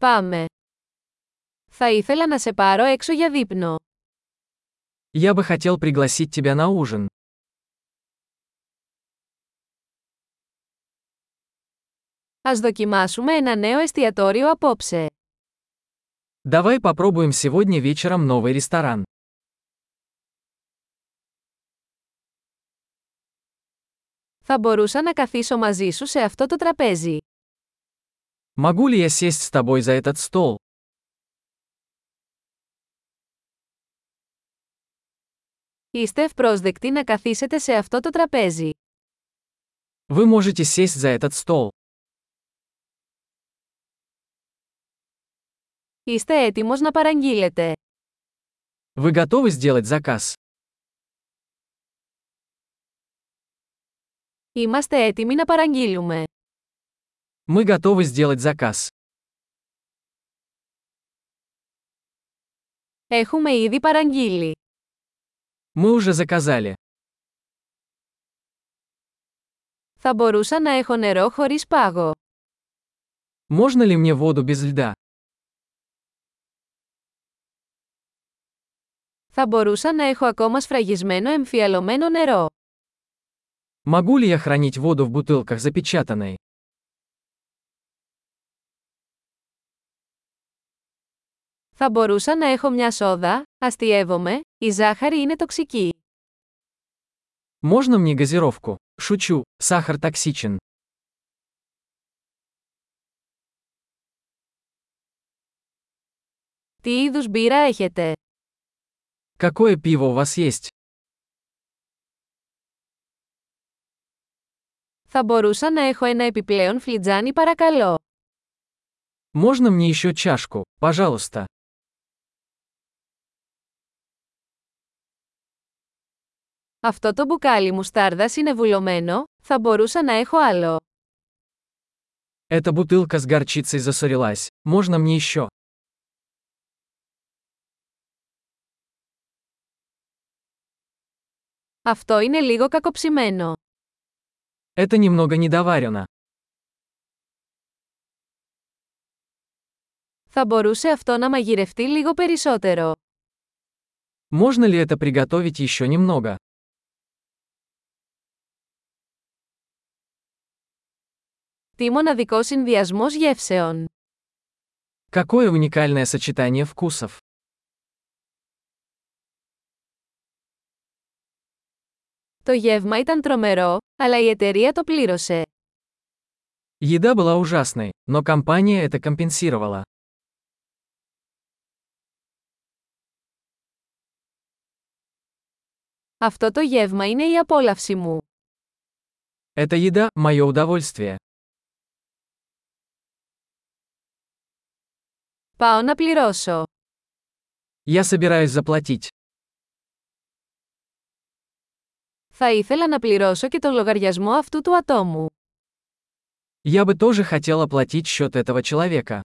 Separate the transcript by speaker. Speaker 1: Πάμε. Θα ήθελα να σε πάρω έξω για δείπνο.
Speaker 2: Я бы хотел пригласить тебя на ужин.
Speaker 1: Ας δοκιμάσουμε ένα νέο εστιατόριο απόψε.
Speaker 2: Давай попробуем сегодня вечером новый ресторан.
Speaker 1: Θα μπορούσα να καθίσω μαζί σου σε αυτό το τραπέζι.
Speaker 2: Могу ли я сесть с тобой за этот стол?
Speaker 1: Είστε ευπρόσδεκτοι να καθίσετε σε αυτό το τραπέζι.
Speaker 2: Вы можете сесть за этот стол.
Speaker 1: Είστε έτοιμος να παραγγείλετε.
Speaker 2: Вы готовы сделать заказ?
Speaker 1: Είμαστε έτοιμοι να παραγγείλουμε.
Speaker 2: Мы готовы сделать заказ.
Speaker 1: Έχουμε ήδη παραγγείλει.
Speaker 2: Мы уже заказали.
Speaker 1: Θα μπορούσα να έχω νερό χωρίς πάγο.
Speaker 2: Можно ли мне воду без льда?
Speaker 1: Θα μπορούσα να έχω ακόμα σφραγισμένο εμφιαλωμένο νερό.
Speaker 2: Могу ли я хранить воду в бутылках запечатанной?
Speaker 1: Θα μπορούσα να έχω μια σόδα, αστειεύομαι, η ζάχαρη είναι τοξική.
Speaker 2: Можно мне газировку? Шучу, сахар токсичен.
Speaker 1: Τι είδους μπύρα έχετε.
Speaker 2: Какое пиво у вас есть?
Speaker 1: Θα μπορούσα να έχω ένα επιπλέον φλιτζάνι παρακαλώ.
Speaker 2: Можно мне еще чашку, пожалуйста?
Speaker 1: Αυτό το μπουκάλι μουστάρδας είναι βουλωμένο, θα μπορούσα να έχω άλλο.
Speaker 2: Эта бутылка с горчицей засорилась. Можно мне еще?
Speaker 1: Αυτό είναι λίγο κακοψημένο.
Speaker 2: Это немного недоварено.
Speaker 1: Θα μπορούσε αυτό να μαγειρευτεί λίγο περισσότερο.
Speaker 2: Можно ли это приготовить еще немного?
Speaker 1: Τι μοναδικός συνδυασμός γεύσεων.
Speaker 2: Какое уникальное сочетание вкусов.
Speaker 1: Το γεύμα ήταν τρομερό, αλλά η εταιρεία το πλήρωσε.
Speaker 2: Еда была ужасной, но компания это компенсировала.
Speaker 1: Αυτό το γεύμα είναι η απόλαυση μου.
Speaker 2: Эта еда – мое удовольствие.
Speaker 1: Πάω να πληρώσω.
Speaker 2: Я собираюсь заплатить.
Speaker 1: Θα ήθελα να πληρώσω και τον λογαριασμό αυτού του ατόμου.
Speaker 2: Я бы тоже хотел оплатить счет этого человека.